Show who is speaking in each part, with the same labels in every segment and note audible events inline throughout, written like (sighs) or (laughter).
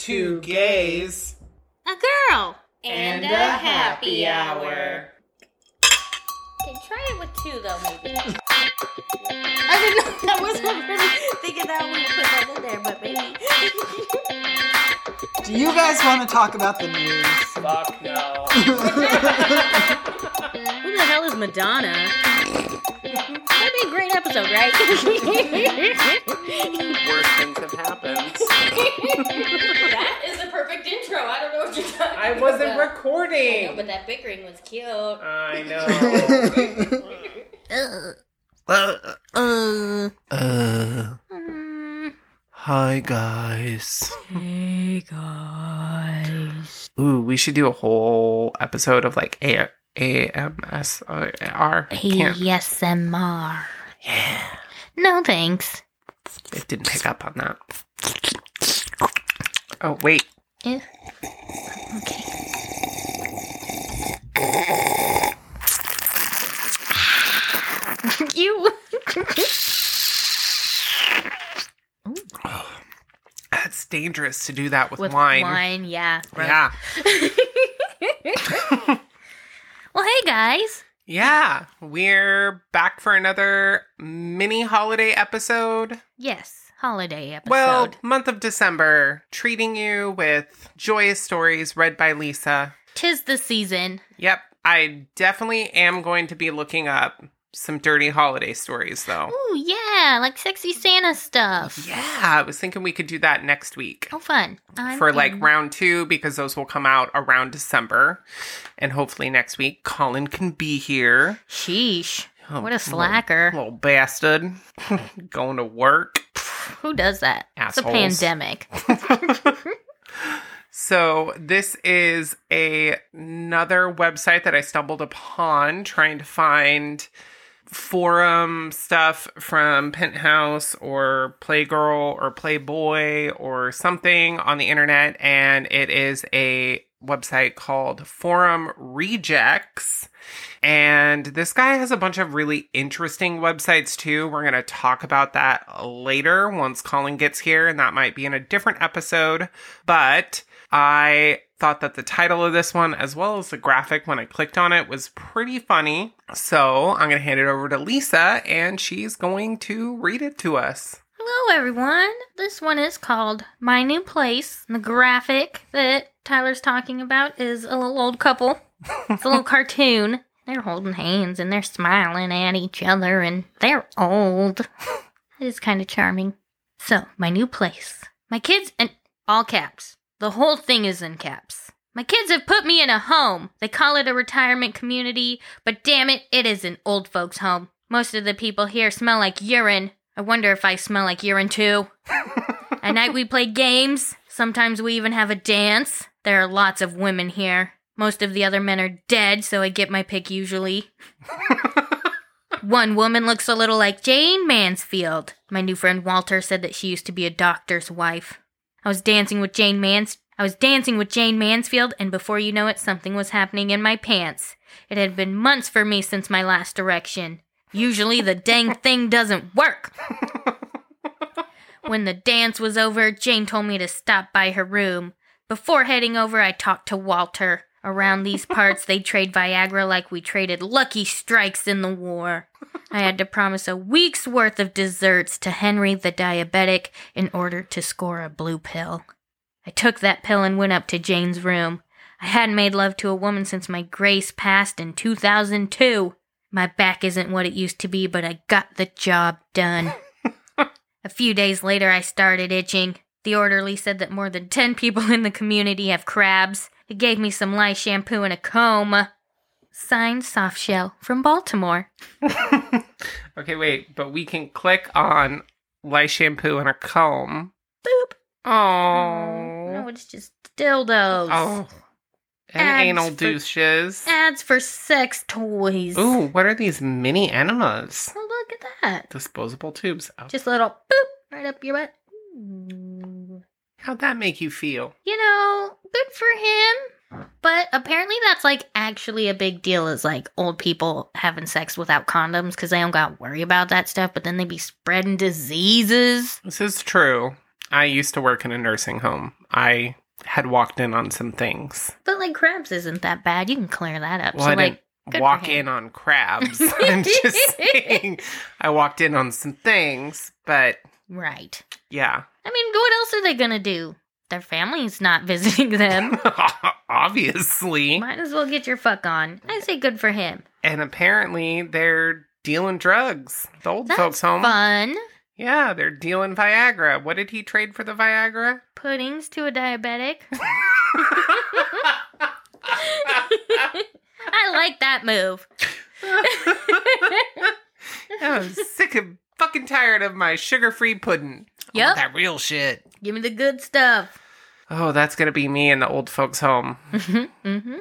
Speaker 1: two gays,
Speaker 2: A girl.
Speaker 3: And a happy hour.
Speaker 4: Okay, try it with two though, maybe.
Speaker 2: (laughs) I didn't know that was what we were thinking that we put that in there, but maybe.
Speaker 1: Do you guys want to talk about the news?
Speaker 3: Fuck
Speaker 1: (laughs)
Speaker 3: no.
Speaker 2: Who the hell is Madonna? That'd be a great episode, right?
Speaker 3: Worse things have happened.
Speaker 4: that is the perfect intro. I don't know what you're talking
Speaker 3: I wasn't
Speaker 4: about.
Speaker 1: (laughs)
Speaker 3: recording.
Speaker 4: But that bickering was cute. All
Speaker 3: I know.
Speaker 2: uh,
Speaker 5: Uh,
Speaker 2: Mm.
Speaker 5: hi guys.
Speaker 2: hey guys.
Speaker 5: Ooh, we should do a whole episode of like A A M S O R. Can't.
Speaker 2: ASMR.
Speaker 5: Yeah,
Speaker 2: No thanks.
Speaker 5: it didn't pick up on that. Oh wait,
Speaker 2: Eh. Okay. (laughs) you. (laughs)
Speaker 5: that's dangerous to do that with, wine.
Speaker 2: yeah.
Speaker 5: Yeah,
Speaker 2: Well, hey guys.
Speaker 5: yeah. We're back for another mini holiday episode.
Speaker 2: Yes, holiday episode.
Speaker 5: Well, month of December, treating you with joyous stories read by Lisa.
Speaker 2: tis the season.
Speaker 5: Yep. I definitely am going to be looking up some dirty holiday stories, though.
Speaker 2: Ooh, yeah, like sexy Santa stuff.
Speaker 5: Yeah, I was thinking we could do that next week
Speaker 2: Oh, fun. I'm
Speaker 5: for like
Speaker 2: in.
Speaker 5: round two because those will come out around December. And hopefully next week, Colin can be here.
Speaker 2: sheesh.
Speaker 5: Oh,
Speaker 2: What a slacker.
Speaker 5: Little, little bastard. (laughs) going to work.
Speaker 2: Who does that? It's a
Speaker 5: Assholes.
Speaker 2: pandemic.
Speaker 5: So this is a another website that I stumbled upon trying to find forum stuff from Penthouse or Playgirl or Playboy or something on the internet and it is a website called Forum Rejects. And this guy has a bunch of really interesting websites too. We're going to talk about that later once Colin gets here, and that might be in a different episode. But I thought that the title of this one, as well as the graphic when I clicked on it, was pretty funny. So I'm going to hand it over to Lisa, and she's going to read it to us.
Speaker 2: Hello, everyone. This one is called My New Place. And the graphic that Tyler's talking about is a little old couple. It's a little cartoon. They're holding hands and they're smiling at each other and they're old. it is kind of charming. So, my new place. My kids and all caps. The whole thing is in caps. My kids have put me in a home. They call it a retirement community, but damn it, it is an old folks' home. Most of the people here smell like urine. I wonder if I smell like urine too. At night, we play games. Sometimes we even have a dance. There are lots of women here. Most of the other men are dead, so I get my pick usually. One woman looks a little like Jane Mansfield. My new friend Walter said that she used to be a doctor's wife. I was dancing with Jane Mans I was dancing with Jane Mansfield and before you know it something was happening in my pants. It had been months for me since my last erection. Usually the dang thing doesn't work. When the dance was over, Jane told me to stop by her room. Before heading over, I talked to Walter. Around these parts, they trade Viagra like we traded lucky strikes in the war. I had to promise a week's worth of desserts to Henry the diabetic in order to score a blue pill. I took that pill and went up to Jane's room. I hadn't made love to a woman since my grace passed in 2002. My back isn't what it used to be, but I got the job done. A few days later, I started itching. The orderly said that more than 10 people in the community have crabs. He gave me some lye shampoo and a comb. Signed Softshell from Baltimore.
Speaker 5: (laughs) Okay, wait, but we can click on Lie Shampoo and a Comb. Boop. Oh.
Speaker 2: No, it's just dildos.
Speaker 5: Oh. And
Speaker 2: Ads
Speaker 5: anal
Speaker 2: for-
Speaker 5: douches.
Speaker 2: Ads for sex toys.
Speaker 5: Ooh, what are these mini enemas?
Speaker 2: Oh, look at that.
Speaker 5: Disposable tubes. Oh,
Speaker 2: Just a little boop right up your butt. Ooh.
Speaker 5: How'd that make you feel?
Speaker 2: You know, good for him. But apparently, that's like actually a big deal is like old people having sex without condoms because they don't got to worry about that stuff, but then they be spreading diseases.
Speaker 5: This is true. I used to work in a nursing home. I had walked in on some things.
Speaker 2: But like crabs isn't that bad. You can clear that up.
Speaker 5: Well,
Speaker 2: so
Speaker 5: I
Speaker 2: like good
Speaker 5: didn't
Speaker 2: for
Speaker 5: walk
Speaker 2: him.
Speaker 5: in
Speaker 2: (laughs)
Speaker 5: on crabs. I'm just saying, I walked in on some things, but
Speaker 2: right.
Speaker 5: yeah, (laughs)
Speaker 2: I mean, what else are they gonna do? Their family's not (laughs) visiting them.
Speaker 5: obviously.
Speaker 2: Might as well get your fuck on. I say good for him.
Speaker 5: And apparently, they're dealing drugs. The old
Speaker 2: That's
Speaker 5: folks' home.
Speaker 2: fun.
Speaker 5: Yeah, they're dealing Viagra. What did he trade for
Speaker 2: (laughs)
Speaker 5: the Viagra? (laughs)
Speaker 2: Puddings to a diabetic. I like that
Speaker 5: (laughs)
Speaker 2: move.
Speaker 5: I'm sick and fucking tired of my sugar-free pudding. I
Speaker 2: Yep.
Speaker 5: want Oh, that real shit.
Speaker 2: Give me the good stuff.
Speaker 5: Oh, that's gonna be me in the old folks' home.
Speaker 2: mm-hmm.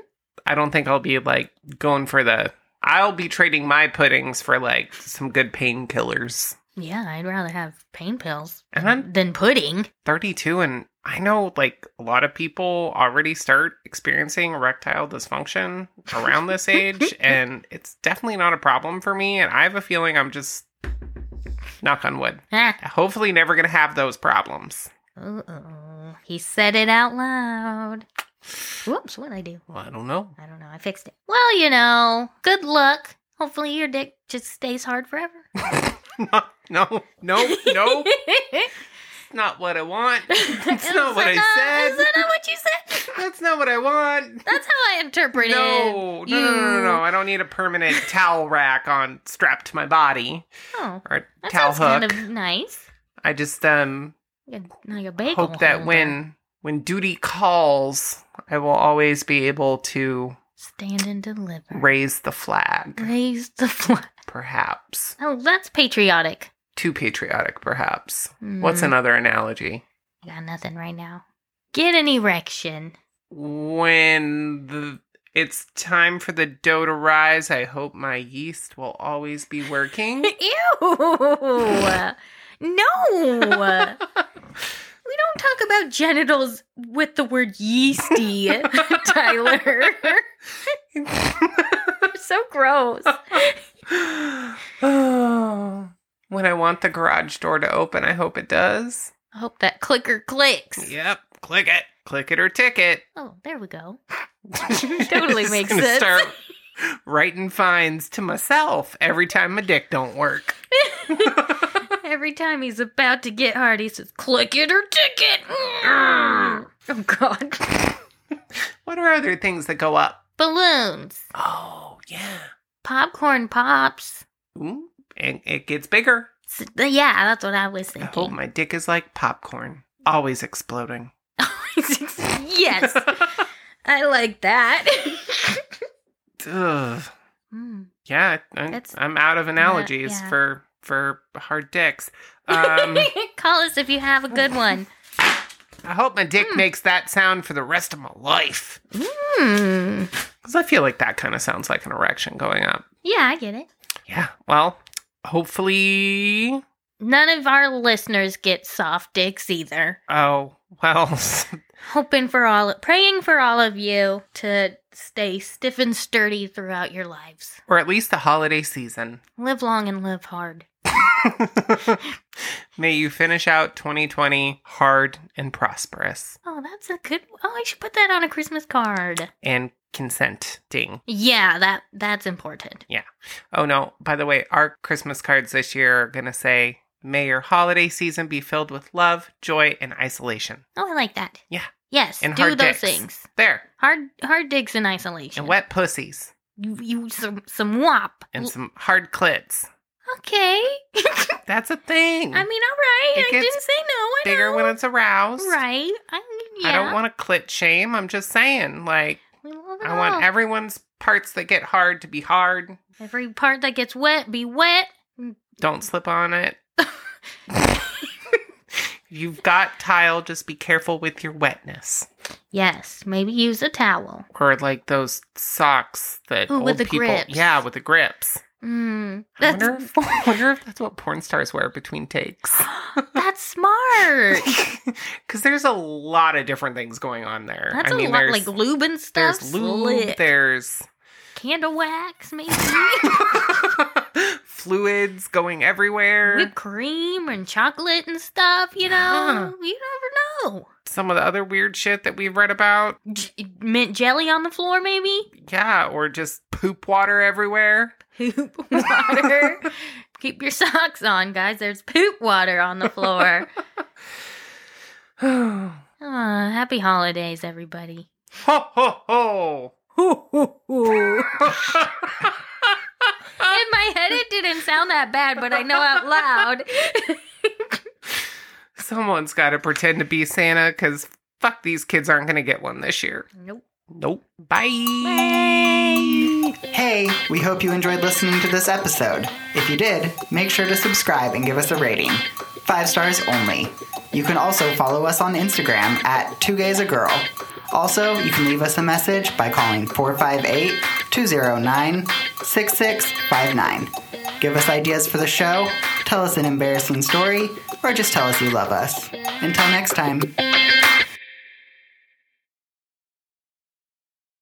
Speaker 5: I don't think I'll be like going for the. I'll be trading my puddings for like some good painkillers.
Speaker 2: Yeah, I'd rather have pain pills
Speaker 5: And I'm
Speaker 2: than pudding.
Speaker 5: 32, and I know like a lot of people already start experiencing erectile dysfunction around this age, and it's definitely not a problem for me. And I have a feeling I'm just knock on wood.
Speaker 2: Ah.
Speaker 5: Hopefully, never gonna have those problems.
Speaker 2: Uh-oh. He said it out loud. Whoops, what'd I do?
Speaker 5: Well, I don't know.
Speaker 2: I don't know. I fixed it. Well, you know, good luck. Hopefully your dick just stays hard
Speaker 5: (laughs)
Speaker 2: forever.
Speaker 5: no, no, no,
Speaker 2: (laughs) That's
Speaker 5: not what
Speaker 2: (laughs)
Speaker 5: I want. That's not what I
Speaker 2: Is
Speaker 5: said.
Speaker 2: that not what you said?
Speaker 5: That's not what I want.
Speaker 2: That's how I interpreted
Speaker 5: No, no, no, no, no, no. I don't need a permanent towel rack on strapped to my body
Speaker 2: Oh,
Speaker 5: or a
Speaker 2: that
Speaker 5: towel
Speaker 2: sounds
Speaker 5: hook.
Speaker 2: kind of nice.
Speaker 5: I just um
Speaker 2: Like a, like a bagel.
Speaker 5: hope that
Speaker 2: holder.
Speaker 5: when when duty calls, I will always be able to
Speaker 2: Stand and deliver.
Speaker 5: raise the flag,
Speaker 2: Raise the flag.
Speaker 5: perhaps.
Speaker 2: (laughs) Oh, that's patriotic.
Speaker 5: Too patriotic, perhaps. What's
Speaker 2: Mm,
Speaker 5: another analogy?
Speaker 2: I Got nothing right now. Get an erection. (laughs)
Speaker 5: When the it's time for the dough to rise. I hope my yeast will always be working. (laughs) (sighs)
Speaker 2: Ew! no! We don't talk about genitals with the word yeasty, (laughs)
Speaker 5: (laughs)
Speaker 2: Tyler. (laughs) so gross.
Speaker 5: when I want the garage door to open, I hope it does.
Speaker 2: I hope that clicker clicks.
Speaker 5: Yep, click it. Click it or (laughs) ticket.
Speaker 2: Oh, there we go.
Speaker 5: (laughs)
Speaker 2: Totally
Speaker 5: Just
Speaker 2: makes
Speaker 5: gonna
Speaker 2: sense.
Speaker 5: Start writing fines to myself every time my dick don't work.
Speaker 2: (laughs) Every time he's about to get hard, he says, click it or ticket. Mm. Oh, God.
Speaker 5: What are other things that go up?
Speaker 2: (laughs) Balloons,
Speaker 5: Oh yeah,
Speaker 2: popcorn pops.
Speaker 5: Ooh, and it gets bigger.
Speaker 2: S- Yeah, that's what I was
Speaker 5: I hope
Speaker 2: thinking.
Speaker 5: Oh, my dick is like popcorn, always exploding.
Speaker 2: (laughs) yes,
Speaker 5: (laughs)
Speaker 2: I like that. (laughs)
Speaker 5: Ugh.
Speaker 2: Mm.
Speaker 5: Yeah, I,
Speaker 2: That's-
Speaker 5: I'm out of analogies
Speaker 2: yeah.
Speaker 5: for for hard dicks.
Speaker 2: (laughs)
Speaker 5: Um,
Speaker 2: Call us if you have a good one.
Speaker 5: I hope my dick makes that sound for the rest of my life.
Speaker 2: Mm.
Speaker 5: Because I feel like that kind of sounds like an erection going up.
Speaker 2: Yeah, I get it.
Speaker 5: Yeah, well, hopefully.
Speaker 2: None of our listeners get soft dicks either.
Speaker 5: Oh, well, (laughs)
Speaker 2: Hoping for all, praying for all of you to stay stiff and sturdy throughout your lives.
Speaker 5: or at least the holiday season. (laughs)
Speaker 2: Live long and live hard.
Speaker 5: May you finish out 2020 hard and prosperous
Speaker 2: Oh, that's a good. Oh, I should put that on a Christmas card.
Speaker 5: and consent. Ding.
Speaker 2: Yeah, that that's important.
Speaker 5: Oh no, by the way, our Christmas cards this year are going to say, May your holiday season be filled with love, joy, and isolation.
Speaker 2: Oh, I like that.
Speaker 5: Yeah.
Speaker 2: Yes.
Speaker 5: And
Speaker 2: do
Speaker 5: hard
Speaker 2: those
Speaker 5: dicks.
Speaker 2: things.
Speaker 5: There.
Speaker 2: Hard hard digs in isolation.
Speaker 5: And wet pussies
Speaker 2: You, you some some wop.
Speaker 5: and some hard clits.
Speaker 2: okay.
Speaker 5: That's a thing.
Speaker 2: I mean, all right.
Speaker 5: Mm. It
Speaker 2: I
Speaker 5: gets
Speaker 2: didn't say no. I
Speaker 5: Bigger
Speaker 2: know.
Speaker 5: when it's aroused.
Speaker 2: right. I yeah.
Speaker 5: I don't want to clit shame. I'm just saying, like,
Speaker 2: We love it
Speaker 5: I want
Speaker 2: all.
Speaker 5: everyone's parts that get hard to be hard.
Speaker 2: every part that gets wet be wet. Mm.
Speaker 5: Don't slip
Speaker 2: (laughs)
Speaker 5: on it. You've got tile, just be careful with your wetness.
Speaker 2: Yes. Maybe use a towel.
Speaker 5: Or like those socks that
Speaker 2: Ooh,
Speaker 5: old
Speaker 2: Oh, with the
Speaker 5: people,
Speaker 2: grips.
Speaker 5: yeah, with the grips.
Speaker 2: Mm.
Speaker 5: I
Speaker 2: That's
Speaker 5: wonder, if, I wonder if that's what porn stars wear between takes.
Speaker 2: (laughs)
Speaker 5: (laughs)
Speaker 2: that's smart.
Speaker 5: Because there's a lot of different things going on there.
Speaker 2: That's
Speaker 5: I mean,
Speaker 2: a lot
Speaker 5: there's,
Speaker 2: like lube and stuff.
Speaker 5: there's (laughs) lube,
Speaker 2: slick.
Speaker 5: there's (laughs)
Speaker 2: candle wax, maybe.
Speaker 5: fluids going everywhere.
Speaker 2: Whipped cream and chocolate and stuff, you know? You never know.
Speaker 5: Some of the other weird shit that we've read about.
Speaker 2: J- mint jelly on the floor, maybe?
Speaker 5: Yeah, or just poop
Speaker 2: (sighs)
Speaker 5: water everywhere.
Speaker 2: Poop (laughs) water. Keep your socks on, guys. There's poop water on the floor.
Speaker 5: ho
Speaker 2: Ah, happy holidays, everybody.
Speaker 5: ho ho. (laughs)
Speaker 2: In my head, it didn't sound that bad, but I know out loud.
Speaker 5: Someone's got to pretend to be Santa because fuck, these kids aren't going to get one this year.
Speaker 2: nope.
Speaker 5: Nope. Bye.
Speaker 1: Hey, we hope you enjoyed listening to this episode. If you did, make sure to subscribe and give us a rating. Five stars only. You can also follow us on Instagram at Two Gays a Girl. Also, you can leave us a message by calling 458 209 6659. Give us ideas for the show, tell us an embarrassing story, or just tell us you love us. Until next time.